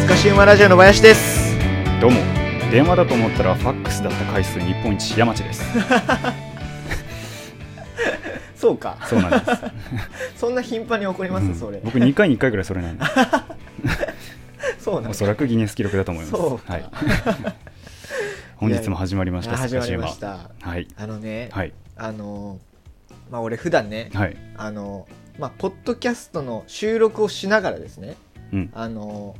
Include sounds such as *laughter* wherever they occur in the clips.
スカシウマラジオの林ですどうも電話だと思ったらファックスだった回数日本一山地ですそうかそうなんです、そんな頻繁に起こります、うんそれ僕2回に1回ぐらいそれなんでそうなんおだそらくギネス記録だと思いまそうすかはい、本日も始まりましたあス始カまシりウまマしたはいあのね、はいあのまあ俺普段ねはいあのまあポッドキャストの収録をしながらですねうん、あの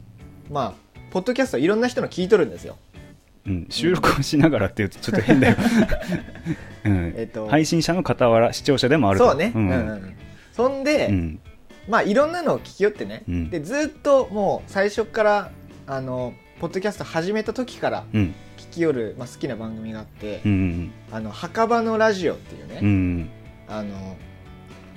まあポッドキャストいろんな人の聞いとるんですようん、収録をしながらっていうとちょっと変だ *laughs* よ、うんえっと配信者の傍ら視聴者でもあるとそうね、ううんんうんそんで、うんまあいろんなのを聞きよってね、うんでずっともう最初からあのポッドキャスト始めた時からうん聞きよる、まあ、好きな番組があってうんうん「あの墓場のラジオ」っていうね、うんうんあの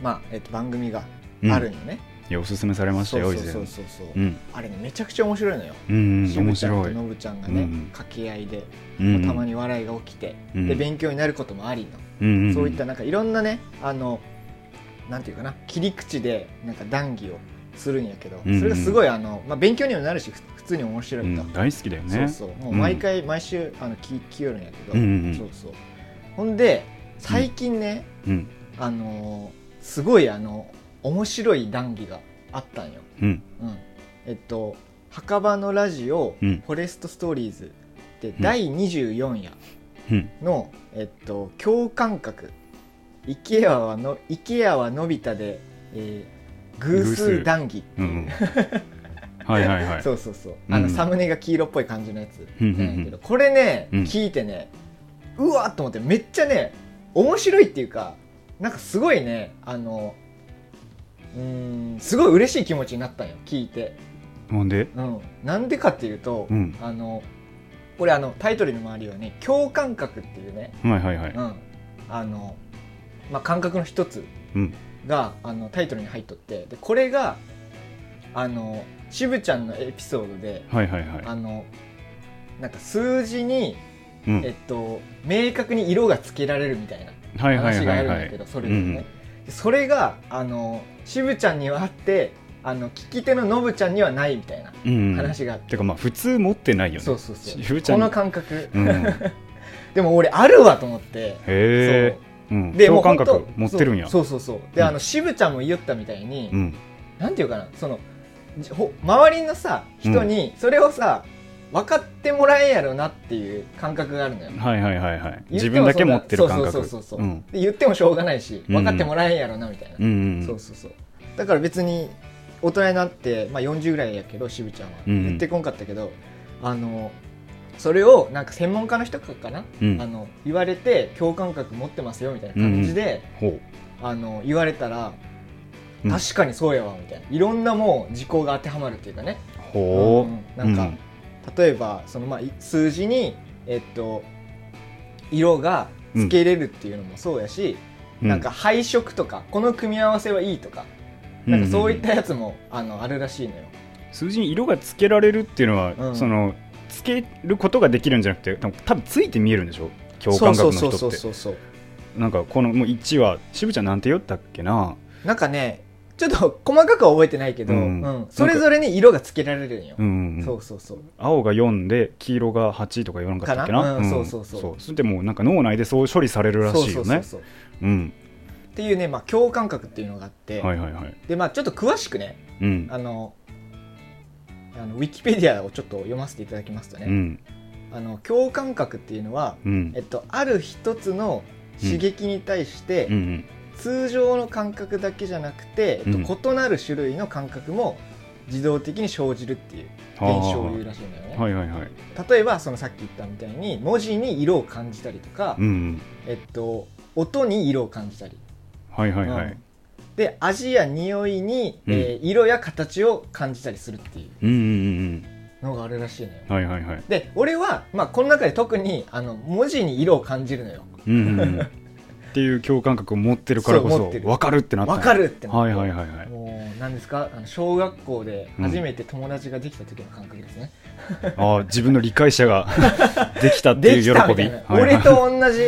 まあえっと、番組がうんあるのね、いやおすすめされましたそうそうよ以前そうそうそう、うんあれねめちゃくちゃ面白いのよ、うんうんしぶ面ちゃん白といのぶちゃんがね、うんうん掛け合いで、うんうんたまに笑いが起きて、うんで勉強になることもありの、うんうんそういったなんかいろんなねあのなんていうかな切り口でなんか談義をするんやけど、うんうんそれがすごいあの、まあ、勉強にもなるしふ普通に面白ういと、ん大好きだよそうねそうもう毎回毎週あの聞きよるんやけど、うんうんうんそうそうほんで最近ね、うんあのーすごいあの面白い談義があったんよ、うんうん、えっと「墓場のラジオ、うんフォレストストーリーズ」でん第24夜うんの、えっと、共感覚「IKEA はの IKEA はのび太で、えー偶数談義」うんうん *laughs* はいはいはいそうそうそうあの、うんサムネが黄色っぽい感じのやつうんうんうんなんやけどこれね、うん聞いてねうわっと思ってめっちゃね面白いっていうかなんかすごいねあのうーんすごい嬉しい気持ちになったんよ聞いて、ほんでうん、なんでかっていうと、うんあのこれあのタイトルの周りはね共感覚っていうね、はいはいはいうんあのまあ、感覚の一つうんがあのタイトルに入っとってでこれがあの渋ちゃんのエピソードではいはいはあのなんか数字に、いうんえっと、明確に色がつけられるみたいなはいはい話がはあいるんはだけいどそれぞれね、それがあの渋ちゃんにはあってあの聞き手のノブちゃんにはないみたいなうんうん話があって、てかまあ普通持ってないよねそうそうそう渋ちゃんこの感覚、うんへでも俺あるわと思ってえうんでも共うほ感んと覚持ってるんやそうそうそうそうで、うんあの渋ちゃんも言ったみたいに、うんなんていうかなそのじほ周りのさ人にそれをさ、分かってもらえんやろなっていう感覚があるのよ、はいはいはいは言いってもそ自ん分なだけ持ってる感そ覚うそうそうそう、うんで言ってもしょうがないしうん分かってもらえんやろなみたいな、うんうんそうそうそうだから別に大人になって、まあ、40ぐらいやけど渋ちゃんは、うん言ってこんかったけどあのそれをなんか専門家の人かな、うんあの言われて共感覚持ってますよみたいな感じで、ほうあの言われたらうん確かにそうやわみたいないろんなもう事項が当てはまるっていうかね、ほううんなんか例えばそのまあい数字に、えっと、色がつけれるっていうのもそうやし、うんなんか配色とかこの組み合わせはいいとか,、うんなんかそういったやつもあのあるらしいのよ。数字に色がつけられるっていうのは、うんそのつけることができるんじゃなくて多分多分ついて見えるんでしょ共感覚の人ってそうそうそうそうそうなんかこのもう1は渋ちゃんなんて言ったっけななんかねちょっと細かくは覚えてないけど、ううんんそれぞれに色がつけられるんよ。うん、そうそうそう青が4で黄色が8とか言わなかったっけなかなうんそうそうそうそうそれでもうなんか脳内でそう処理されるらしいそうよそうそうねそうっうんていうね、まあ、共感覚っていうのがあって、はいはいはいでまあちょっと詳しくねうんあのあのウィキペディアをちょっと読ませていただきますとね、うんあの共感覚っていうのは、うんえっと、ある一つの刺激に対して、うんうん通常の感覚だけじゃなくて、えっとうん異なる種類の感覚も自動的に生じるっていう現象を言うらしいんだよね、あーはいはいはい例えばそのさっき言ったみたいに文字に色を感じたりとか、うんうんえっと、音に色を感じたり、はいはいはういんで味や匂いに、うんえー色や形を感じたりするっていうんうんうのがあるらしいのようんはいはいはいで俺は、まあ、この中で特にあの文字に色を感じるのようんうんうんっていう共感覚を持ってるからこそうそ持ってる分かるってなったわかるるってなっはていはいはいはいもう何ですかあの小学校で初めて友達ができた時の感覚ですね、ああ自分の理解者ができたっていできうた喜みたびいな、はいはい俺と同じ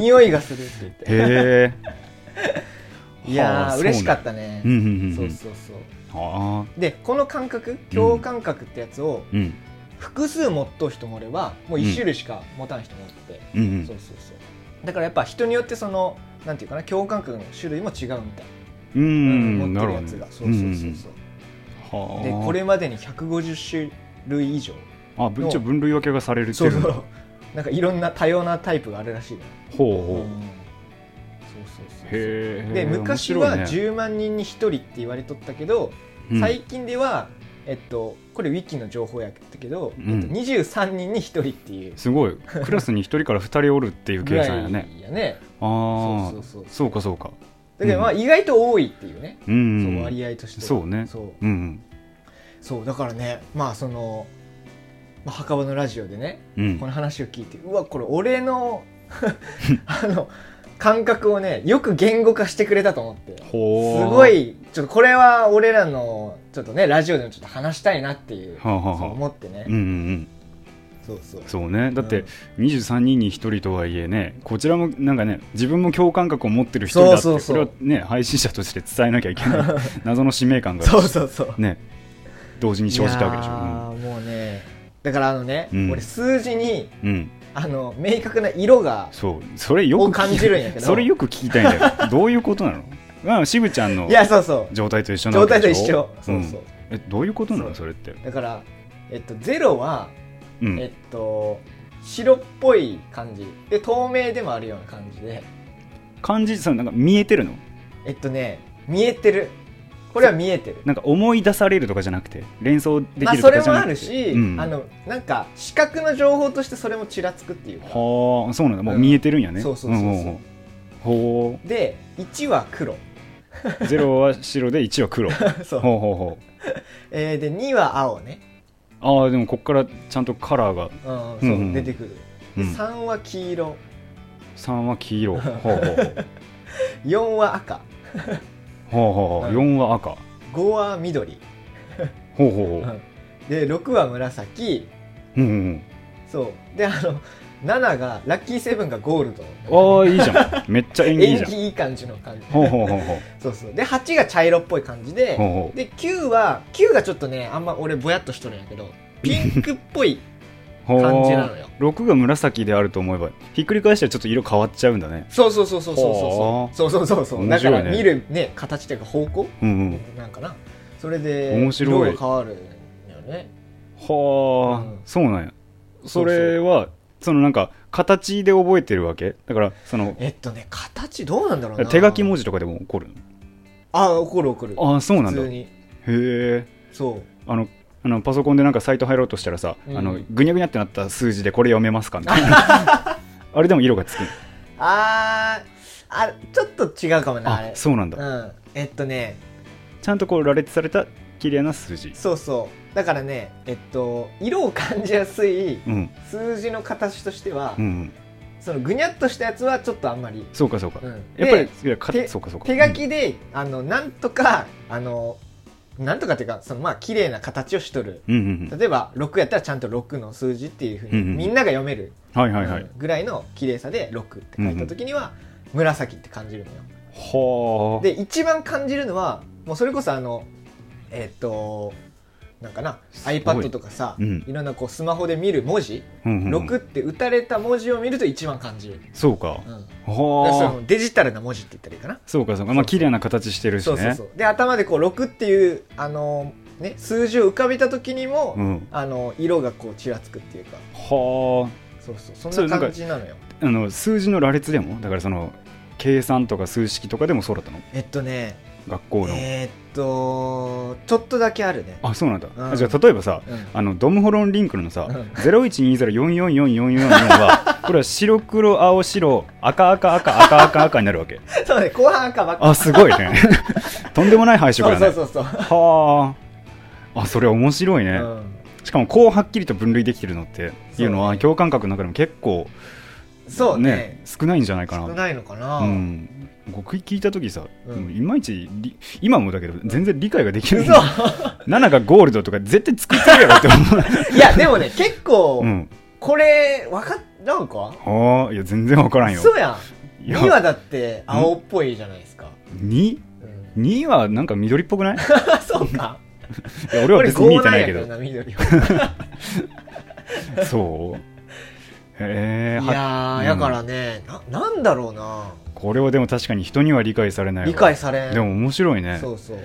*laughs* 匂いがするって言ってへえいやはあー嬉しかったねうんうんうんうんそうそうそうああでこの感覚共感覚ってやつをうん複数持っとう人もおればもうう1ん種類しか持たん人もおって、うんうんそうそうそうだからやっぱ人によってそのなんていうかな共感覚の種類も違うみたい、ううん持なってるるほどやねつが、そうそうそうそう、うんうんではあこれまでに150種類以上あ分一応分類分けがされるってそいううそのう *laughs* なんかいろんな多様なタイプがあるらしいのほううほんうそうそうそうそうへえで昔は面白いね10万人に1人って言われとったけど、うん最近では、えっと、これウィキの情報やったけど、うんえっと、23人に1人っていうすごいクラスに一人から二人おるってい *laughs* うぐ計らい算ややねねああそうそうそうそうかそうかだけどまあ意外と多いっていうね、うんうんそう割合としてはそうねそううんそうだからねまあその、まあ、墓場のラジオでねうんうんこの話を聞いてうわこれ俺の *laughs* あの感覚をねよく言語化してくれたと思ってすほうごいちょっとこれは俺らのちょっとねラジオでもちょっと話したいなっていうはあはあはあそう思ってね、うんうんうんそうそうそうねだっうてん23人に1人とはいえねこちらもなんかね自分も共感覚を持ってる人だってそそうそうそうれはね配信者として伝えなきゃいけ *laughs* ない謎の使命感がそうそうそうね同時に生じたわけでしょいやーもうねだからあのね、うん俺数字にうん、うんあの明確な色がそうそれよくを感じるんやけどそれよく聞きたいんだよどういうことなのまあ渋ちゃんのいやそうそう状態と一緒な状わけ態とで一し緒ょ、そうそう、うんえどういうことなそうのそれってだからえっと0はうえっんと白っぽい感じで透明でもあるような感じで感じそのなんか見えてるのえっとね見えてるこれは見えてるなんか思い出されるとかじゃなくて連想できるまとかあじゃそなれくて、もあるし、うんあのなんか視覚の情報としてそれもちらつくっていうかはあそうなんだもう見えてるんやね、うんん、そうそうそうそうんんんほで1は黒 *laughs* うゼロは白で1は黒ほそううほうほうえーで2は青ね、ああでもこっからちゃんとカラーが、うんうそんううん出てくる、うでん、 3は黄色3は *laughs* 黄色ほうほうほう4は赤ほうほうほうう4は赤5は緑ほうほうほうで6は紫うんうんそうであの7がラッキーセブンがゴールドうんああいいじゃんめっちゃ縁起いい縁じゃん起いい感じの感じほうほうほうほうそうそうで8が茶色っぽい感じでほうほうで9は9がちょっとねあんま俺ぼやっとしとるんやけどピンクっぽいほう感じなのよ6が紫であると思えばひっくり返したらちょっと色変わっちゃうんだねそうそうそうそうそうほそううそうそうそうそう面だか白いねら見るね形というか方向うんうんなんかなそれで面白い色が変わるんよねはあ、うんそうなんやそそうそうれはそのなんか形で覚えてるわけだからそのえっとね形どうなんだろうな手書き文字とかでも起こるのあ怒る怒るああそうなんだ普通へにえそうあのあのパソコンでなんかサイト入ろうとしたらさ、うんあのぐにゃぐにゃってなった数字でこれ読めますかみたいな *laughs* あれでも色がつくのあーあちょっと違うかもなああれそうなんだ、うんえっとねちゃんとこう羅列された綺麗な数字そうそうだからねえっと色を感じやすいうん数字の形としては、うんうんそのぐにゃっとしたやつはちょっとあんまり、そうかそうか、うんやっぱりでいやか手そうかそうか手書きで、あのなんとかあのなんとかっていうかそのまあ綺麗な形をしとるうんうんうん例えば6やったらちゃんと6の数字っていうふうに、うんうんみんなが読める、うんはいはいはい、うんぐらいの綺麗さで6って書いた時には、紫って感じるのよはあで一番感じるのはもうそれこそあのえっ、となんかなすごい iPad とかさ、うんいろんなこうスマホで見る文字、うんうんうん6って打たれた文字を見ると一番感じる、そうかうん、だかはらあそのデジタルな文字って言ったらいいかなそうかそうかまあ綺麗な形してるしねそうそうそうで頭でこう6っていうあのーね数字を浮かべた時にも、うん、あのー色がこうちらつくっていうかはそうそうそそんれななんか感じなのよああの数字の羅列でもだからその計算とか数式とかでもそうだったのえっとね学校の、えーっとちょっとだけあるねあそうなんだ、うんあじゃあ例えばさうんあのドムホロンリンクルのさ、うん012044444は *laughs* これは白黒青白赤赤赤赤赤赤になるわけそうね後半赤ばっかあすごい *laughs* ねとんでもない配色そうだねそうそうそう、はああそれ面白いね、うんしかもこうはっきりと分類できてるのっていうのそうはね共感覚の中でも結構そうね少ないんじゃないかな少ないのかな、うん、僕聞いた時さ、うんいまいちり今もだけど全然理解ができない嘘7がゴールドとか絶対作ってるやろって思いやでもね結構、う、うん、これ分からんかああいや全然分からんよそうやんいや2はだって青っぽいじゃないですか、 2? うん2はなんか緑っぽくないそうかいや俺は別に2じゃないけ俺ど傲慢やか *laughs* らな緑はそうへえいはやうんーやからね、ななんだろうなこれはでも確かに人には理解されないわ理解されんでも面白いねそうそう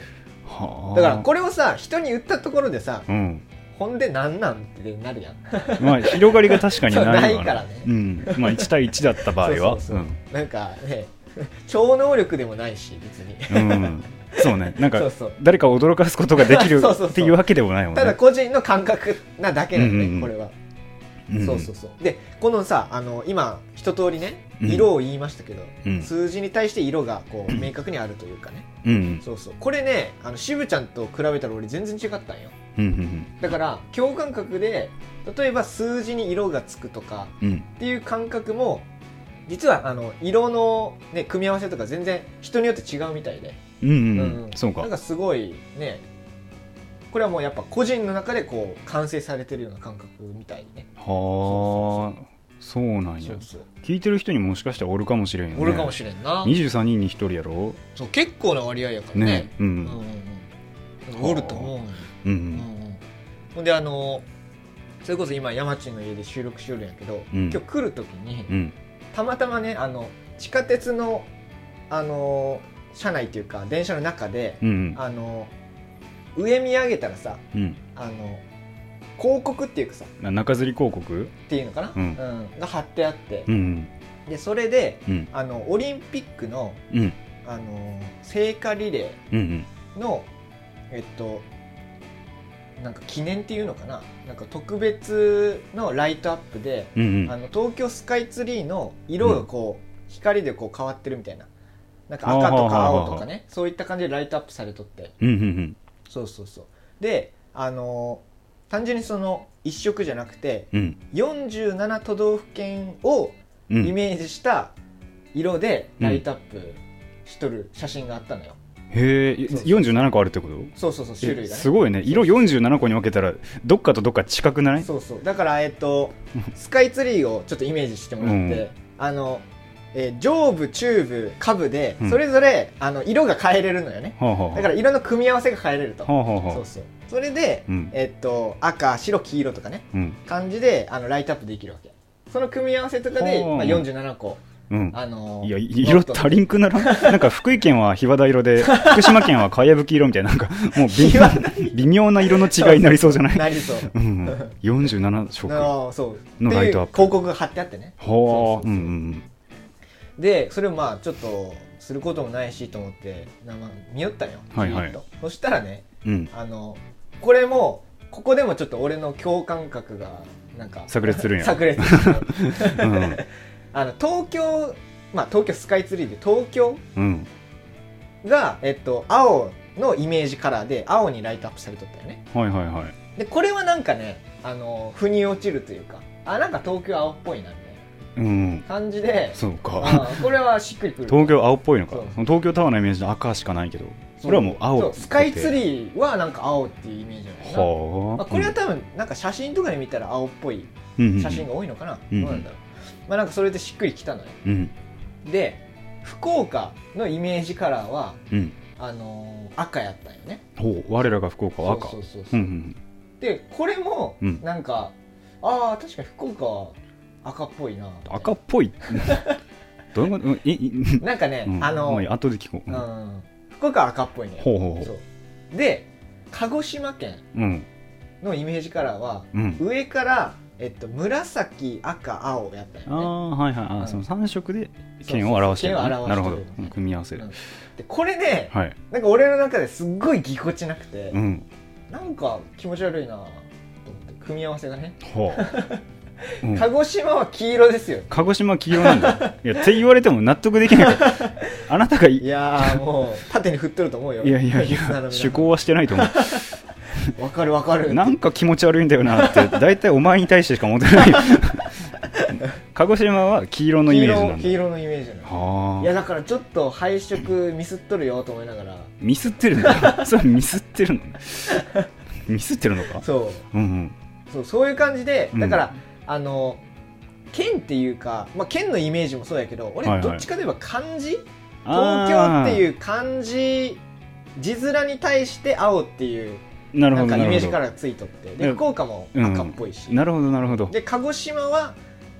はあだからこれをさ人に言ったところでさうんほんでなんなんってなるやんまあ広がりが確かにないわそうないからねうんまあ、1対1だった場合は *laughs* そうそうそうなんかね *laughs* 超能力でもないし別にうんうんそうねなん *laughs* かそうそう誰かを驚かすことができ *laughs* るそうそうそうっていうわけでもないもんねただ個人の感覚なだけなんで、うんうんうんこれは、んそうそうそうでこのさあの今一通りねうん色を言いましたけど、うん数字に対して色がこううん明確にあるというかね、うんそうそうこれねあの渋ちゃんと比べたら俺全然違ったんようんうんだから共感覚で例えば数字に色がつくとかうんうんっていう感覚も実はあの色の、ね、組み合わせとか全然人によって違うみたいでうんうんうんううんんそうなかんかすごいねこれはもうやっぱ個人の中でこう完成されてるような感覚みたいにねはあそうなんやそうそう聞いてる人にもしかしたらおるかもしれんよねおるかもしれんな、 23人に1人やろそう結構な割合やからねねううんうんんうんおると思うようんううんんうんほんであのそれこそ今山地の家で収録しよるんやけど、うん今日来る時に、うんたまたまねあの地下鉄のあの車内というか電車の中で、うんあの上見上げたらさうんあの広告っていうかさな中吊り広告っていうのかな、ううんんが貼ってあって、うんでそれでうんあのオリンピックのうんあの聖火リレうんうんーのえっとなんか記念っていうのかななんか特別のライトアップで、うんうんあの東京スカイツリーの色がこう、光でこう変わってるみたいななんか赤とか青とかねそういった感じでライトアップされとってうんうんそうそうそうであのー単純にその一色じゃなくてうんうん47都道府県をうんイメージした色でうんライトアップしとる写真があったのよ、へえそうそう47個あるってことそうそうそう種類えがねすごいね色47個に分けたらどっかとどっか近くないそうそうだからえっ *laughs* とスカイツリーをちょっとイメージしてもらって、あの、えー上部中部下部でうんそれぞれ、あの色が変えれるのよねはあはあだから色の組み合わせが変えれると、はあはあはあそうそうそれで、うんえっと赤白黄色とかねうん感じであのライトアップできるわけその組み合わせとかで、ほうまあ、47個うんあのいやいも色っと足りん *laughs* くならんなんか福井県は檜田色で福島県はかやぶき色みたいななんかもう微妙檜微妙な色の違いになりそうじゃないなりそううん47色はのそうのライトアップっていう広告が貼ってあってねあそうそううそんううんでそれをまあちょっとすることもないしと思って、なまあ、見よったんよ、はいはいじーっとそしたらねうんあのこれもここでもちょっと俺の共感覚がなんか炸裂するんや炸裂するうん *laughs* あの東京まあ東京スカイツリーで東京うんが、えっと、青のイメージカラーで青にライトアップされとったよねはいはいはいでこれはなんかねあの腑に落ちるというかあなんか東京青っぽいなみたいうんな感じでそうかあーこれはしっくりくる東京青っぽいのかそう東京タワーのイメージの赤しかないけどそこうれはもう青そうスカイツーリーはなんか青っていうイメージじゃないかな、はまあ、あこれは多分なんか写真とかで見たら青っぽいうん写真が多いのかな、うんどうなんだろう、まあなんかそれでしっくりきたのようんで福岡のイメージカラーはうんあのー赤やったんよねほう我らが福岡は赤そうそうそううそう、んでこれもうんなんか、ああ確かに福岡は赤っぽいなうん赤っ *laughs* ぽいどういうことうんいいなんかね、うんあの、まいい後で聞こうううんん福岡は赤っぽいねほうほうほそうで鹿児島県ううんのイメージカラーはうん上から、えっと、紫赤青やったあよねあはいはいあうーんその三色で県を表してるねそうそうそうな県るをほど表してるうん組み合わせるうんでこれねはいなんか俺の中ですっごいぎこちなくて、うんなんか気持ち悪いなと思って組み合わせがね *laughs* ほううん鹿児島は黄色ですよ鹿児島黄色な *laughs* んだいやって言われても納得できないからあなたがいいやーもう *laughs* 縦に振っとると思うよいやいやいリスナーの皆さやん趣向はしてないと *laughs* 思うわかるわかるなんか気持ち悪いんだよなって大体お前に対してしか思って *laughs* ない鹿児島は黄色のイ黄メージ色なん黄だ色のイメージなのはいあやだからちょっと配色ミスっとるよと思いながらミスってるんだそれミスってるのミスってるのかそううんそうそういう感じでうんだから、あの県っていうか、まあ、県のイメージもそうやけど俺はいはいどっちかといえば漢字、うん東京ってういう漢字字面に対して青っていうなるなほんどかイなメるージほかどらついとってでうん福岡も赤っぽいし、なるほどなるほどで鹿児島は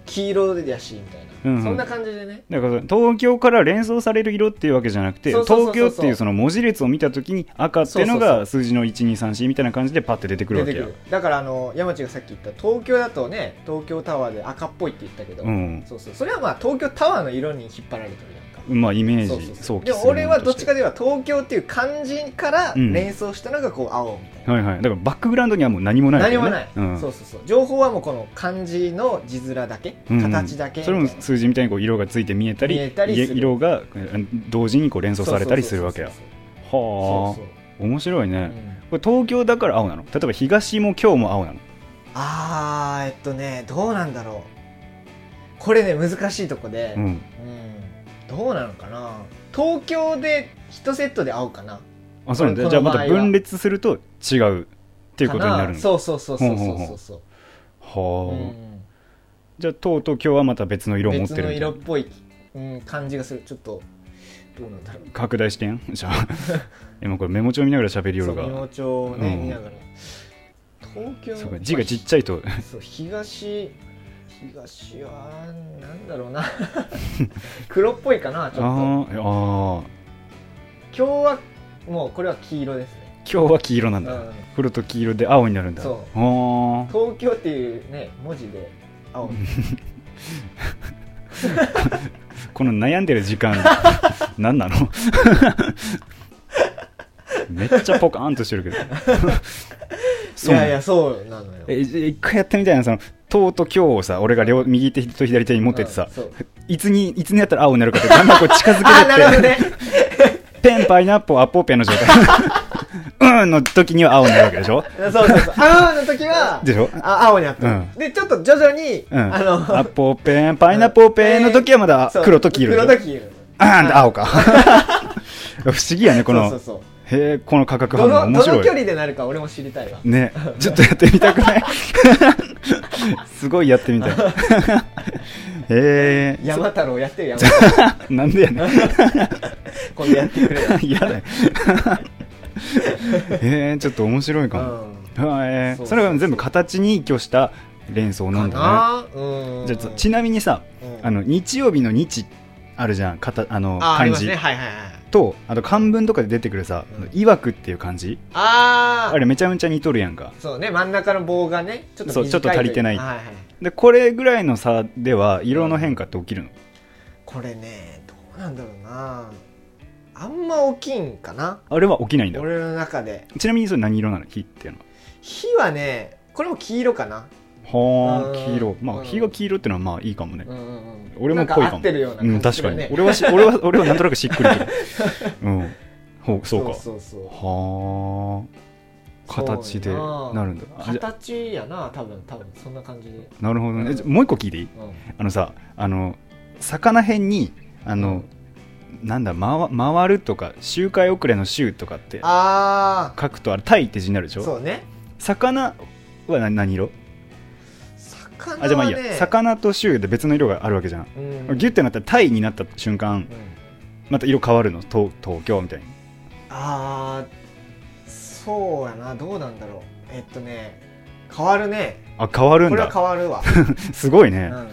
黄色でやしみたいな、うんうんそんな感じでねだから東京から連想される色っていうわけじゃなくてそうそうそうそう東京っていうその文字列を見た時に赤っていうのそうそうそが数字の1234みたいな感じでパッて出てく出るわてけくやるだからあの山地がさっき言った東京だとね東京タワーで赤っぽいって言ったけど、うんそうそうそれはまあ東京タワーの色に引っ張られてるやんかまあイメージそうそうそ想う起ですもる俺はどっちかもでは東京っていう漢字からうん連想したのがこう青みたいな、のとしてはいはいだからバックグラウンドにはもう何もないわけ何ねもない、うんそうそうそう情報はもうこの漢字の字面だけ、うん形だけそれも数字みたいにこう色がついて見えたり見えたりする色がうん同時にこう連想されたりするわけやそうはそうそうそうそうそうあ面白いそうね、うんこれ東京だから青なの例えば東も今日も青なのあーえっとねどうなんだろうこれね難しいとこで、ううんんどうなのかな東京で1セットで青かなっあそうなんこだのじゃあまた場合は分裂すると違うっていうことになるのそうそうそうそうそうそうそうはうあ、んじゃあとうとう今日はまた別の色を持って別るのみた色っいぽい、うん、感じがするちょっとどうなんだろう拡大してんじゃ *laughs* あ今これメモ帳見ながら喋りよそるうメモが帳をね、うん見ながら東京そうか字がちっちゃいとゃいそう東東はなんだろう *laughs* な黒っぽいかなちあょっーあーと今日はもうこれは黄色ですね、今日は黄色なんうだん、黒と黄色で青になるんだそはあ東京っていうね文字で青この悩んでる *laughs* 時間何なの *laughs* めっちゃポカーンとしてるけどいやいやそうなのよえじ一回やってみたいなその「とうと今日」をさ俺が両右手と左手に持っててさうん、そういつにいつにやったら青になるかってだんだんこう近づけるあー *laughs* っなてるほどねペンパイナップルアッポーペンの状 *laughs* 態うんの時には青になるわけでしょそうそうそう青の時はでしょあ青になってる、うんでちょっと徐々に、うあんアのッポーペンパイナップルペンの時はまだそう黒と黄色でしょ黒と黄色あーん *laughs* 青か不思議やねこのそうそうへえこの価格そうど反の応面どの白距い離でなるか俺も知りたいわねちょっとやってみたくない *laughs* すごいやって *laughs* みたいへえ山太郎やってる山太郎なんで *laughs* やねん今度やってく *laughs* れよ、嫌だよへえちょっと面白いかも、はい、えそーうそうそうそれが全部形に依拠した連想うなんん、かだねなうんじゃあちなみにさうんあの日曜日の日あるじゃんかたあのああり漢ます字、ねはいはいはいとあと漢文とかで出てくるさうん「いわく」っていう漢字あああれめちゃめちゃ似とるやんかそうね真ん中の棒がねちょっとそう短いちょっと足りてないとうはいはい、でこれぐらいの差では色の変化って起きるの、これねどうなんだろうなあんま大きいんかなあれは起きないんだ俺の中でちなみにそれ何色なの火っていうのは火はねこれも黄色かなはあうん黄色まうあん火が黄色ってのはまあいいかもね、うんうんうん俺も濃いかもなん合ってるようなう感ん、じ確すかるにね、俺はし俺は俺はなんとなくしっくりくるうんほうそうかそうそうそうはあ形でなるんだあじゃ形やな多分多分そんな感じで、なるほどねえじゃもう一個聞いていいあのさあの魚辺にあの、なんだ回回るとか周回遅れの周とかってああ書くとあれタイって字になるでしょそうね魚は何何色魚は、ね、あじゃあまあいいや、魚と周で別の色があるわけじゃん、うん、ギュッてなったらタイになった瞬間うんまた色変わるの東東京みたいにああそうやなどうなんだろうえっとね変わるねあ変わるこんれはだ変わるわ、すごいうね、ん、はあ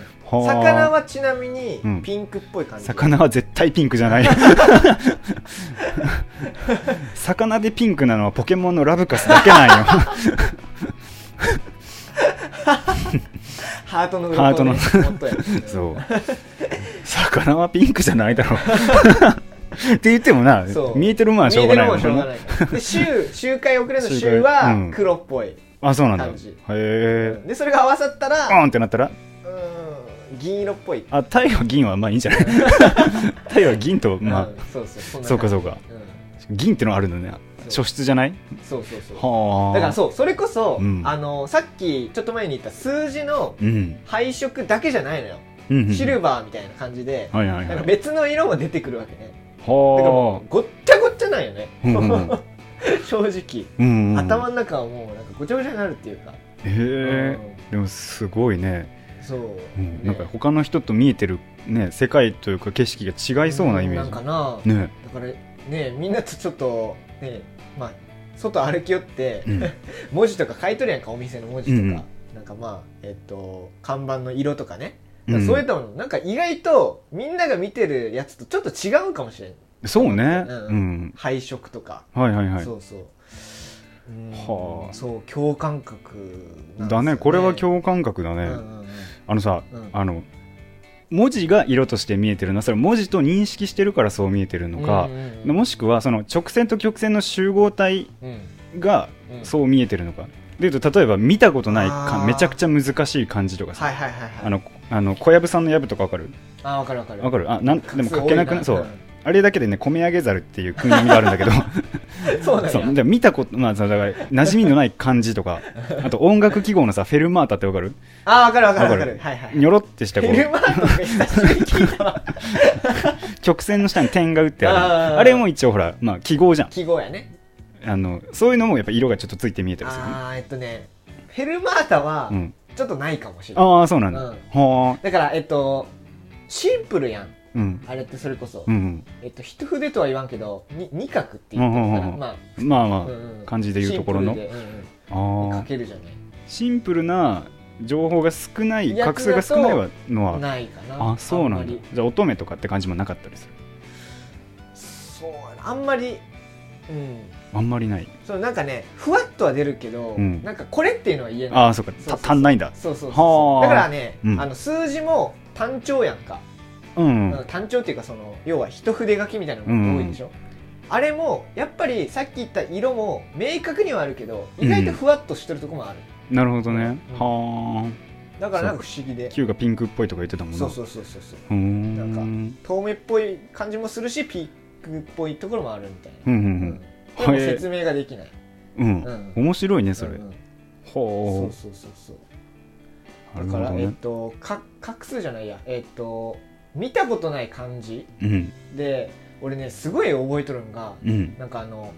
魚はちなみにうんピンクっぽい感じ、魚は絶対ピンクじゃない魚でピンクなのはポケモンのラブカスだけなんよハートの裏ハートのもっとや *laughs* そう魚はピンクじゃないだろうって言ってもなそう見えてるもんはしょうがな見いえもんてるもんはしょうがないからで周周回遅れの周周回うはん黒っぽい、あそうなんだへ感じえでそれが合わさったら、ーンってなったらうん銀色っぽい。あタイは銀はまあいいんじゃない *laughs* タイは銀とまうんそうそう。あそうかそそうかんな感銀ってのあるのねそう初出じゃないじ。うんそうそうそう。はあだからそうそれこそ、うんあのさっきちょっと前に言った数字のうん配色だけじゃないのよ。うんうんシルバーみたいな感じで、はいはいなはいんかは別の色も出てくるわけね。だからあもうごっちゃごっちゃなんよね。うんうんうん *laughs* 正直、うんうん頭の中はもうなんかごちゃごちゃになるっていうか。へえでもすごいね、うんそう、うんねなんか他の人と見えてる、ね、世界というか景色が違いそうなイメーんジ、かな。ねだからねみんなとちょっとでまあ外歩き寄って、 *laughs* うん文字とか書いとるやんかお店の文字とか、うんうんなんかまあえっと看板の色とかね、うんそういったものなんか意外とみんなが見てるやつとちょっと違うんかもしれんそうねうんうん配色とか、はいはいはいそうそううんはあそう共感覚なんですよだねこれは共感覚だね、うんうんうんあのさ、うんあの文字が色として見えてるのはそれは文字と認識してるからそう見えてるのかうん、うんうんもしくはその直線と曲線の集合体うんがうんそう見えてるのか、でいうと例えば見たことないかあーめちゃくちゃ難しい漢字とかさ、はいはいはいはいあのあの小籔さんの藪とかわかるあわかるわかるわかるあなんでも書けなくなそう、んあれだけでね米揚げざるっていう国名があるん *laughs* だけどそうなんやそうでも見たことまあそうだから馴染みのない漢 *laughs* 字とかあと音楽記号のさフェルマータってわかるあわかるわかるわかわるかはいはいニョロってしたこフィルうマートが久しぶりに聞いたわ曲線の下に点が打ってああるーあれも一応ほらまあ記号じゃん記号やねあのそういうのもやっぱ色がちょっとついて見えたりするねあーえっとねフェルマータはうん、ちょっとないかもしれない、ああそうなんだ、うんはあだからえっとシンプルやんうんあれってそれこそ、うんえっと一筆とは言わんけどに二画って言ってるのかな、うんうんうんまうんまあまあ、あ、うんうん漢字でいうところのシンプルでうんうんであ書けるじゃないあシンプルな情報が少ないや画つ数だとが少ないわのはないかなあそうなんんまだりじゃあ乙女とかって感じもなかったりするそうやなあんまりうんあんまりないそうなんかねふわっとは出るけど、うんなんかこれっていうのは言えないああそうかそうそうた足んないんだそうそうそうはあだからね、うんあの数字も単調やんか、うんうん、うん単調っていうかその要は一筆書きみたいなのが多いでしょ、あれもやっぱりさっき言った色も明確にはあるけど意外とふわっとしてるとこもある、なるほどね、うんはだからなんか不思議あで Q がピンクっぽいとか言ってたもんなそうそうそうそうそううーんなんか透明っぽい感じもするしピークっぽいところもあるみたいな、うんううんでもへえ説明ができない、うんうん、うん面白いねそれ、うんうんそほうそうそうそううだから、なえっるとか画数じゃないやえっと見たことない漢字ほどねで俺ねすごい覚えとるんがうんうんなんかあの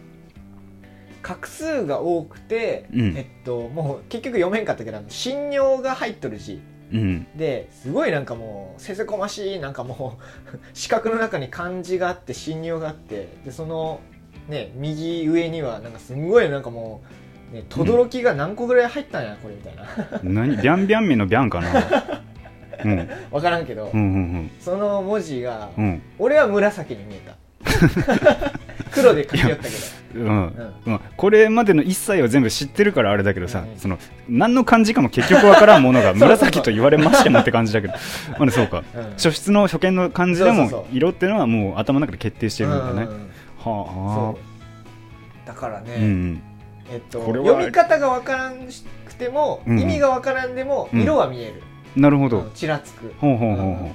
画数が多くて、うんえっともう結局読めんかったけどあの信用が入っとるしうんですごいなんかもうせせこましいなんかもう *laughs* 四角の中に漢字があって信用があってでそのね右上にはなんかすんごいなんかもう、ね、轟が何個ぐらい入ったんやこれみたいな *laughs* 何ビャンビャン目のビャンかなうんうん分からんけど、うんその文字が、うんうん俺は紫に見え *laughs* た黒で書き寄ったけうんど、うんまあ、これまでの一切を全部知ってるからあれだけどさ、うんその何の漢字かも結局わからんものがそうそうそう紫と言われましてもって感じだけどあのそうかうん、初出の初見の漢字でそうそうもそう色ってのはもう頭の中で決定してるんだね、うんうんうんはそうだからね、あうんえっと、これは読み方が分からんくても、うん意味が分からんでも、うん色は見える、うんなるほうど、んちらつくほうほうほうほう、うん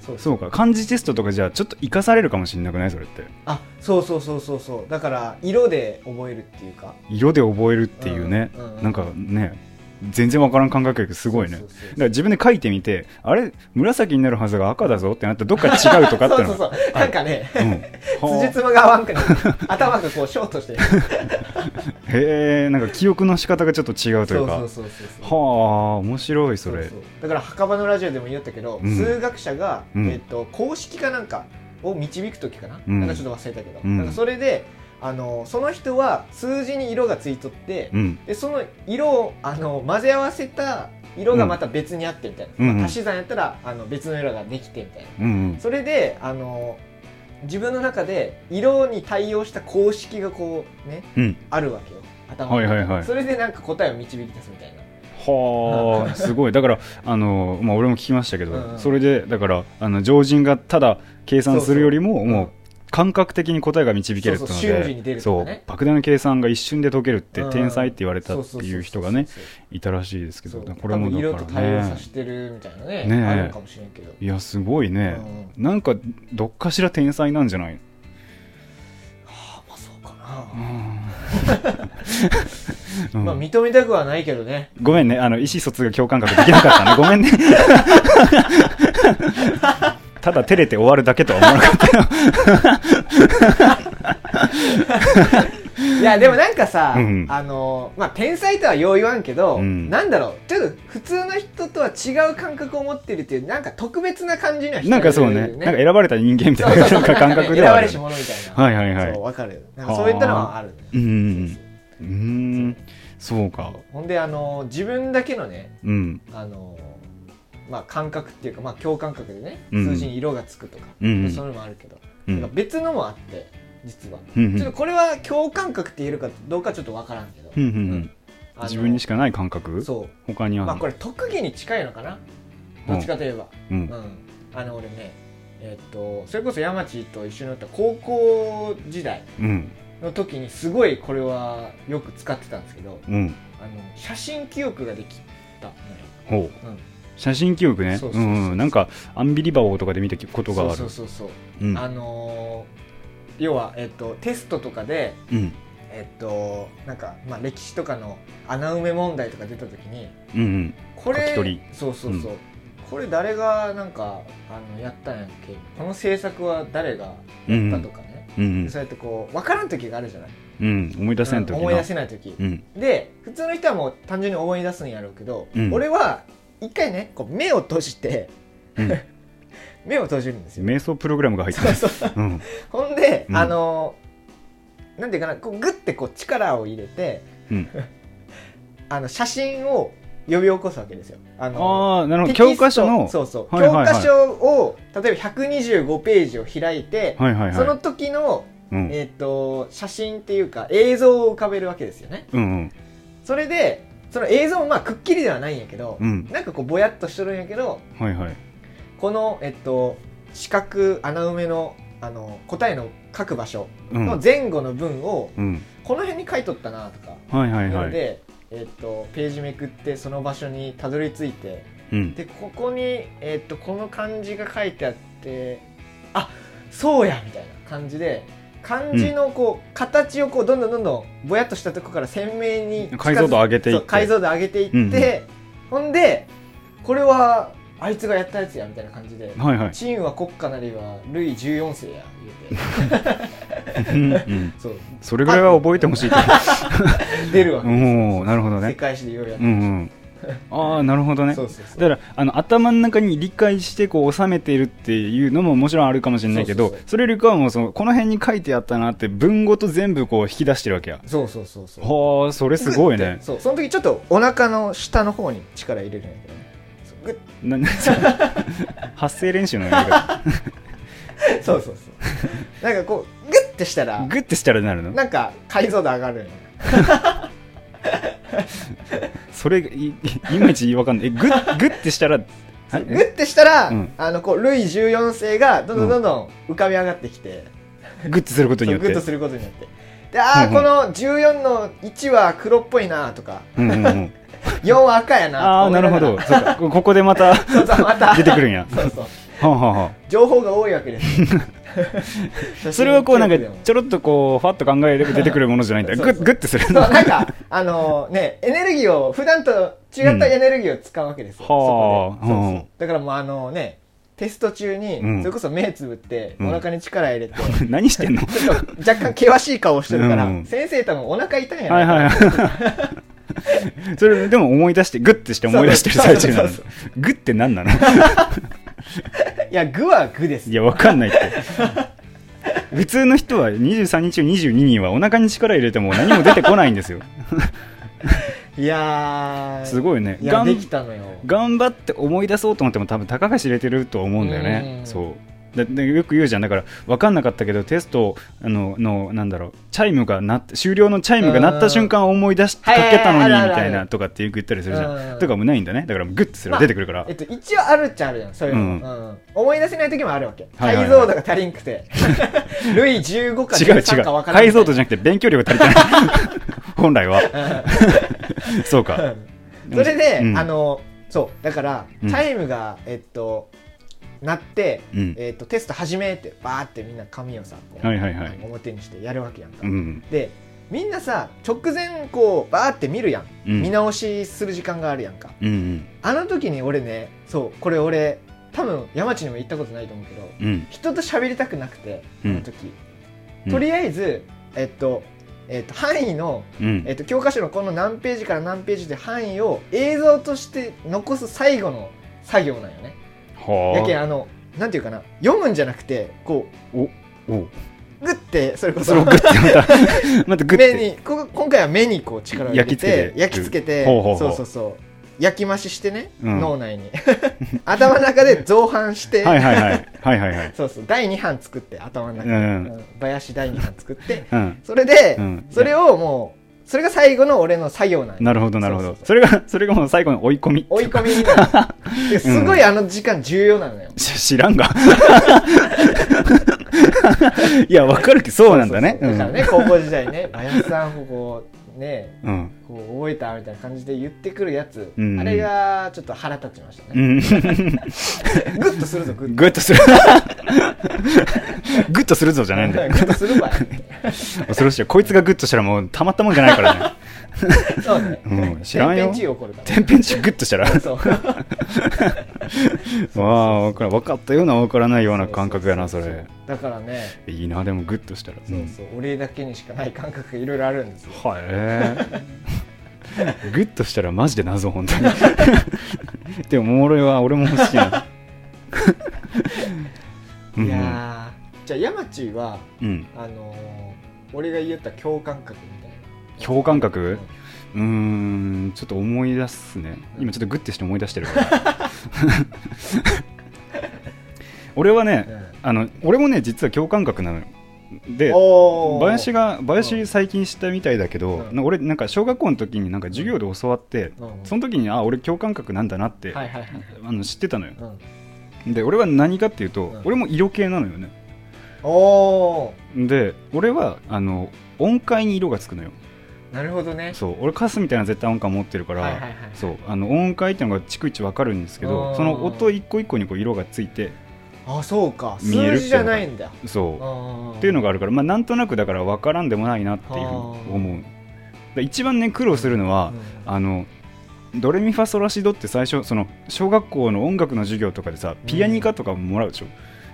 そうそうか漢字テストとかじゃあちょっと生かされるかもしれなくないそれってあそうそうそうそうそうだから色で覚えるっていうか色で覚えるっていうね、うんうんなんかね全然わからん感覚やけどすごいねそうそうだから自分で書いてみてあれ紫になるはずが赤だぞってなったらどっか違うとかってそうのそうはそうなんかねうんはあ *laughs* 辻褄が合わんくなる頭がこうショート *laughs* してるへえんか記憶の仕方がちょっと違うといそううかそうそうそうそうはあ面白いそれううだから墓場のラジオでも言ったけど、うん数学者が、うんえっと公式かなんかを導く時かな、うんなんかちょっと忘れたけど、うんなんかそれであのその人は数字に色がついとって、うんでその色をあの混ぜ合わせた色がまた別にあってみたいな、うんまあ足し算やったらあの別の色ができてみたいなうんうんそれであの自分の中で色に対応した公式がこうねうんあるわけよ頭のはい中はいはいそれでなんか答えを導き出すみたいなは *laughs* あすごいだからあの、まあ、俺も聞きましたけど、うんうんそれでだからあの常人がただ計算するよりもそうそうもう感覚的に答えが導けるっそてうのでそう瞬時に出るとかねそう莫大な計算が一瞬で解けるってうん天才って言われたっていう人がねそうそうそういたらしいですけそどうだからこれも多分色だとか対応らさねせてるみたいなねねえあるかもしれんけど、いやすごいね、なんかどっかしら天才なんじゃないあまあそうかな、うんまあ認めたくはないけどねごめんね、あの、意思疎通が共感覚できなかったね。ごめん *laughs* ね。ただ照れて終わるだけとは思わなかったよ。いやでもなんかさ、うんあのまあ天才とはよう言わんけど、うんなんだろうちょっと普通の人とは違う感覚を持ってるっていうなんか特別な感じの人 *laughs* なんかそう *laughs* ねなんか選ばれた人間みたいななんか感覚で選はあばる *laughs* れし者みたいな、はいはいはいそうわかるなんかそういったのはあるねうんうーんそうかほんであの自分だけのねうんあのまあ感覚っていうかまあ共感覚でねうん数字に色がつくとか、うんそういうのもあるけど、うなんんか別のもあって実は、うんうんちょっとこれは共感覚って言えるかどうかちょっとわからんけど、うんうんうんあの自分にしかない感覚そ他にうあるまあこれ特技に近いのかなうんどっちかといえば、ううんんあの俺ねえっとそれこそ山地と一緒になった高校時代うんの時にすごいこれはよく使ってたんですけどうんあの写真記憶ができたのよほううん写真記憶ねそううそうそうんうんなんかアンビリバボーとかで見たことがあそるうそうそうそう、うんあのー要は、えっとテストとかでうんえっとなんか、まあ、歴史とかの穴埋め問題とか出た時にうんうんこ書きれ取りそうそうそう、これ誰がなんかあのやったんやっけこの制作は誰がやったとかね、うんそうやってこう分からん時があるじゃないうん思い出せんとき思い出せない時、うんで普通の人はもう単純に思い出すんやろうけど、うん俺は一回ねこう目を閉じて、うん *laughs* 目を閉じるんですよ瞑想プログラムが入ってそうますそうそううんほんで、うんあのなんていうかなこうグッてこう力を入れて、うんあの写真を呼び起こすわけですよ。あのああなるほどテキスト教科書のそうそう、はいはいはい教科書を例えば125ページを開いて、はいはいはいその時の、うんえー、と写真っていうか映像を浮かべるわけですよね。うんそれでその映像もまあくっきりではないんやけど、うんなんかこうぼやっとしとるんやけどうんはいはいこの、えっと、四角穴埋めのあの答えの書く場所うのん前後の文をうんこの辺に書いとったなとか、はいはいなはのいで、えっとページめくってその場所にたどり着いてうんでここに、えっとこの漢字が書いてあってあそうやみたいな感じで漢字のこう、形をこうどんどんどんどんぼやっとしたとこから鮮明に近づ解像度上げていってそう解像度上げていって、ほんでこれはあいつがやったやつやみたいな感じで。はいはいチームは国家なりはルイ14世や言う *laughs* てうんうん *laughs* そうそれぐらいは覚えてほしいと出るわけですよ *laughs* おおなるほど世ね界史でようやうんうん *laughs* ああなるほどねそうそうそうだからあの頭の中に理解してこう収めているっていうのももちろんあるかもしれないけどそそうそうそうれよりかはもうそのこの辺に書いてあったなって文ごと全部こう引き出してるわけやそうそうそうそうはあそれすごい *laughs* ねそうその時ちょっとお腹の下の方に力入れるんやけどねそうグッな *laughs* 発声練習のやり方そうそうそうなんかこうグッてした *laughs* らグッてしたらなるのなんか解像度上がるんよそれいいいまいちわかんないえグッグッてしたらあグッてしたら、うんあのこうルイ14世がどんどんどんどん浮かび上がってきて、えグッてすることにそようっグッてとすることによってでああ、うんうんこの14の1は黒っぽいなとかうんうんうん、 4は赤やなああなるほどとそうかこここでまたはか思いながらそうそうまた出てくるんやそうそうあはあはあ情報が多いわけですよ *laughs* それはこうなんか写真記録でもちょろっとこうファッと考えれば出てくるものじゃないんだそグうそうッグッてするそうのはなんか、あのね、エネルギーを、普段と違ったエネルギーを使うわけですよ。そはあこでそうそううんうんだからもうあのね、テスト中に、うんそれこそ目つぶって、うんお腹に力入れて、何してんのちょっと若干険しい顔してるから、うんうん先生多分お腹痛いんやなはいはいはい。 *laughs* それでも思い出して、グッてして思い出してる最中なのそう。グッて何なのいや、具は具ですい。や、わかんないって。普通の人は23人中22人はお腹に力入れても何も出てこないんですよ。いやー、すごいね。いや、頑できたのよ。頑張って思い出そうと思っても多分たかが知れてると思うんだよね。うんそうだでよく言うじゃんだから分かんなかったけどテストあののなんだろうチャイムが鳴って終了のチャイムが鳴った瞬間思い出してうんかけたのはにいはいはいみたあいるあなるとかってよく言ったりするじゃうんんとかもないんだねだからグッてすれば出てくるからえっと、一応あるっちゃあるじゃん、そういうの。うんうん思い出せない時もあるわけ。はいはいはい解像度が足りんく *laughs* て。ルイ15か違う違13か分からうんみたいな。解像度じゃなくて勉強量が足りて *laughs* ない本来はそうかそれで、うんあのそうだからうんタイムが、えっと鳴って、うんえっと、テスト始めってバーってみんな紙をさ、こうはいはいはい表にしてやるわけやんか、うんでみんなさ直前こうバーって見るやん、うん見直しする時間があるやんかうんあの時に俺ねそうこれ俺多分山地にも言ったことないと思うけどうん人と喋りたくなくてあうんの時、うんとりあえずえっとええっと範囲の、うんえっと教科書のこの何ページから何ページで範囲を映像として残す最後の作業なんよね。やはけんあのなんていうかな読むんじゃなくてこあおうグッてそれこそそれをグッてまた *laughs* またグッ目てにこ今回は目にこう力を入れて焼焼きき付付けけててほうほうほうそうそうそう焼き増ししてね、うん脳内に *laughs* 頭の中で造反して、はいはいはいはいはいはいそうそう第2版作って頭の中うで、んうん林第2版作ってうんそれで、うんそれをもうそれが最後の俺の作業なんよなるほどなるほそどうそうそれが *laughs* それがもう最後の追い込み追い込みにな *laughs* るですごいあの時間重要なのよ、し知ら *laughs* んがいやわかるけどそうなんだねそうそうそうだからね、高校時代ね林さんこうねうんうんこう覚えたみたいな感じで言ってくるやつ、うんあれがちょっと腹立ちましたうね、んグッとするぞグッとグッ *laughs* とするグッとするぞじゃないんだよグッとするわよ恐ろしいよこいつがグッとしたらもうたまったもんじゃないから *laughs* ねそうね、うん知らんよ天変地異起こるか天変地異グッとしたららそうわあ分からん分かったような分からないような感覚やなそううれうだからねいいなでもグッとしたらそうそう、俺だけにしかない感覚がいろいろあるんですようんはいえ *laughs* ーグッとしたらマジで謎本当にでもおもろいわ俺も欲しいなうんいやーじゃあ山地はうんあのー俺が言った共感覚みたい共感覚なうーんちょっと思い出すね今ちょっとグッてして思い出してるから *laughs* 俺はねあの俺もね実は共感覚なのよでおー林が林最近知ったみたいだけど、うんな俺なんか小学校の時になんか授業で教わって、うんその時にあ俺共感覚なんだなって、はいはいはいあの知ってたのようんで俺は何かっていうと、うん俺も色系なのよねおーで俺はあの音階に色がつくのよなるほどねそう俺カスみたいな絶対音感持ってるから、はいはいはいそうあの音階っていうのが逐一わかるんですけうどんその音一個一個にこう色がついてあそうか見えるっていうのが数字じゃないんだそう、っっていうのががあるから、まあ、なんとなくだから分からんでもないなっていうふうに思うで一番ね苦労するのは、あのドレミファソラシドって最初その小学校の音楽の授業とかでさピアニカとかもらうでしょ、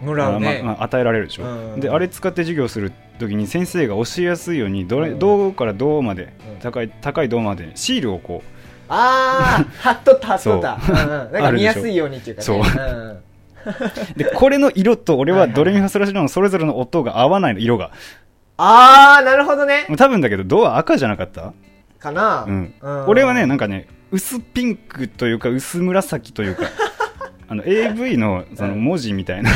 もらうね、あままあ与えられるでしょ、うんであれ使って授業する時に先生が教えやすいようにどれ、うんどうからどうまでうん高い高いどうまでシールをこあー貼っとった貼っとったそううんうんなんあかるで見しょやすいようにっていうかねそうんんうでこれの色と俺ははいはいドレミファソラシドのそれぞれの音が合わないの色があーなるほどねもう多分だけどドア赤じゃなかったかな、うん俺はねなんかね薄ピンクというか薄紫とい *laughs* うかあの AV のそのうん文字みた *laughs* いな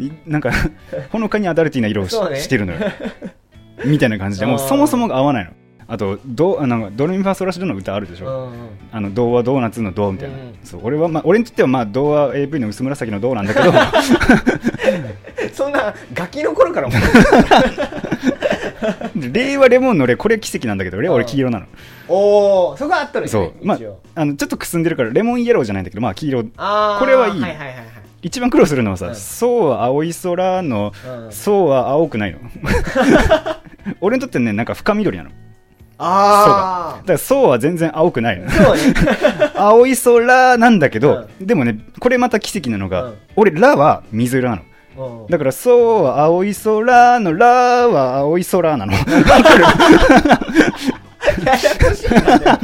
いなんかほのかにアダルティな色をし,、そうねてるのよみたいな感じでもうあーそもそもが合わないのあとドあなんかドレミファソラシドの歌あるでしうょ、んうんあの童話ドーナツのドーみたいな、うんそう俺はまあ俺にとってはまあ童話 AV の薄紫のドーなんだけどそんなガキの頃 *laughs* からも令和レモンの例これ奇跡なんだけど俺は俺うん黄色なの、おおそこはあったのそようね、まあ一応あのちょっとくすんでるからレモンイエローじゃないんだけどまあ黄色あーこれはいいはいはいはいはい一番苦労するのはさ、うんそうは青い空の、うんそうは青くな *laughs* いの俺にとってねなんか深緑なのだあからそうは全然青く *laughs* ないのあそうね青い空なんだけど、でもねこれまた奇跡なのが、うん俺らは水色なのうんだからそうは青い空のらは青い空なのわかるややこしいなでも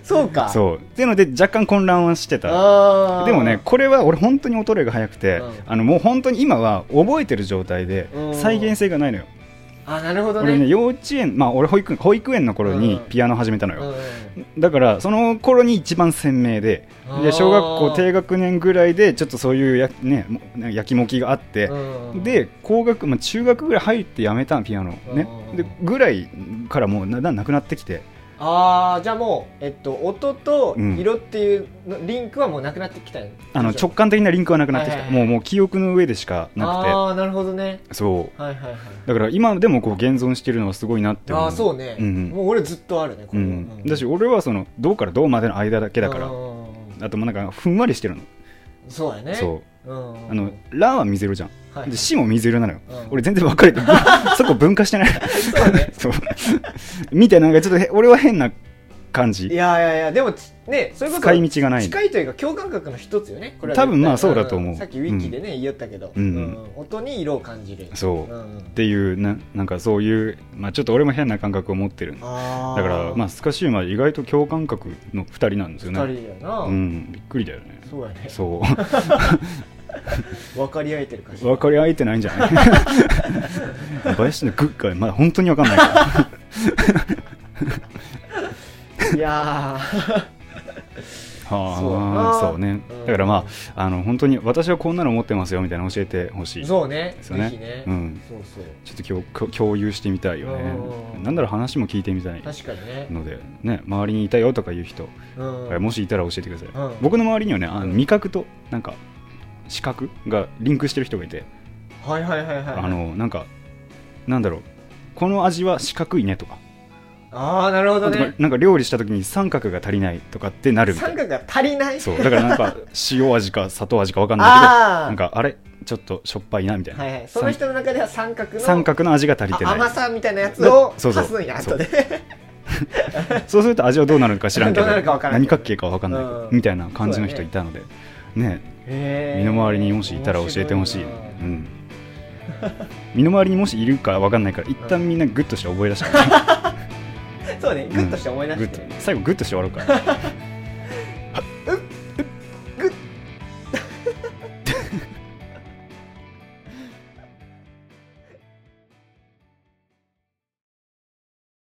*laughs* そうかうそうっていうので若干混乱はしてたあーでもねこれは俺本当に衰えが早くて、うんあのもう本当に今は覚えてる状態でうん再現性がないのよあなるほどね俺ね幼稚園まあ俺保育保育園の頃にうんピアノ始めたのうよ、んだからその頃に一番鮮明であでー小学校低学年ぐらいでちょっとそういうや、ね、もなんかやきもきがあって、うんで高学、まあ、中学ぐらい入ってやめたのピアノねうんでぐらいからもうなななくなってきてああじゃあもう、えっと、音とうん色っていうのリンクはもうなくなってきたよあの直感的なリンクはなくなってきた、はいはいはいもうもう記憶の上でしかなああーなるほどねくてそうはいはいはいだから今でもこう現存してるのはすごいなって思うああそうね、うんうんもう俺ずっとあるねこうれは、ん、だし俺はそのどうからどうまでの間だけだからうんあともうなんかふんわりしてるのそうやねそうう、ん、あの「ラ」は水色じゃん、はいで「し」も水色なのよ、うん俺全然分か *laughs* れてそこ分化してない *laughs* そうねそうみたいななんかちょっとへ俺は変な感いじやいやいやでもちねそういうこと使い道がない近いというか共感覚の一つよねこれは多分絶対まあそうだと思うんさっきウィキでね、言いよったけど、うんうんうん音に色を感じるそううんっていうななんかそういう、まあ、ちょっと俺も変な感覚を持ってるだあーからまあスカシウマは意外と共感覚の2人なんですよ二ね人だよな、うんびっくりだよねそうやねそう分かり合えてるかしら分かり合えてないんじゃ *laughs* ない林のグッがまだ本当に分かんないからいや *laughs* そうやはなあそうねうんだからまああの本当に私はこんなの持ってますよみたいなの教えてほ *laughs* しいーそうねですぜよねひね、うんそうそうちょっと共共共有してみたいよねうんなんだろう話も聞いてみたい確かにね、ので、ね、周りにいたよとかいう人、うんもしいたら教えてください、うん僕の周りにはねあのうん味覚となんか視覚がリンクしてる人がいて、はいはいはいはいあのなんかなんだろうこの味は四角いねとかあーなるほどあとねなんか料理した時に三角が足りないとかってなるみた三いな角が足りないそうだからなんか塩味か砂糖味か分かんないけどあなんかあれちょっとしょっぱいなみたいあ *laughs* な、はいはいその人の中では三角の三角の味が足りてあない甘さみたいなやつをそうそう足すんやそう後でそうすると味はどうなるのか知らんけ *laughs* どどうなるかわからん何角形かは分かんないけど、うんみたいな感じの人いたのでねへ身ーの回りにもしいたら教えてほしい、面白う、なん身の回りにもしいるか分かんないから一旦みんなグッとして覚え出した、 *laughs* そうねグッとして思い出グしッてと最後グッとして終わろうか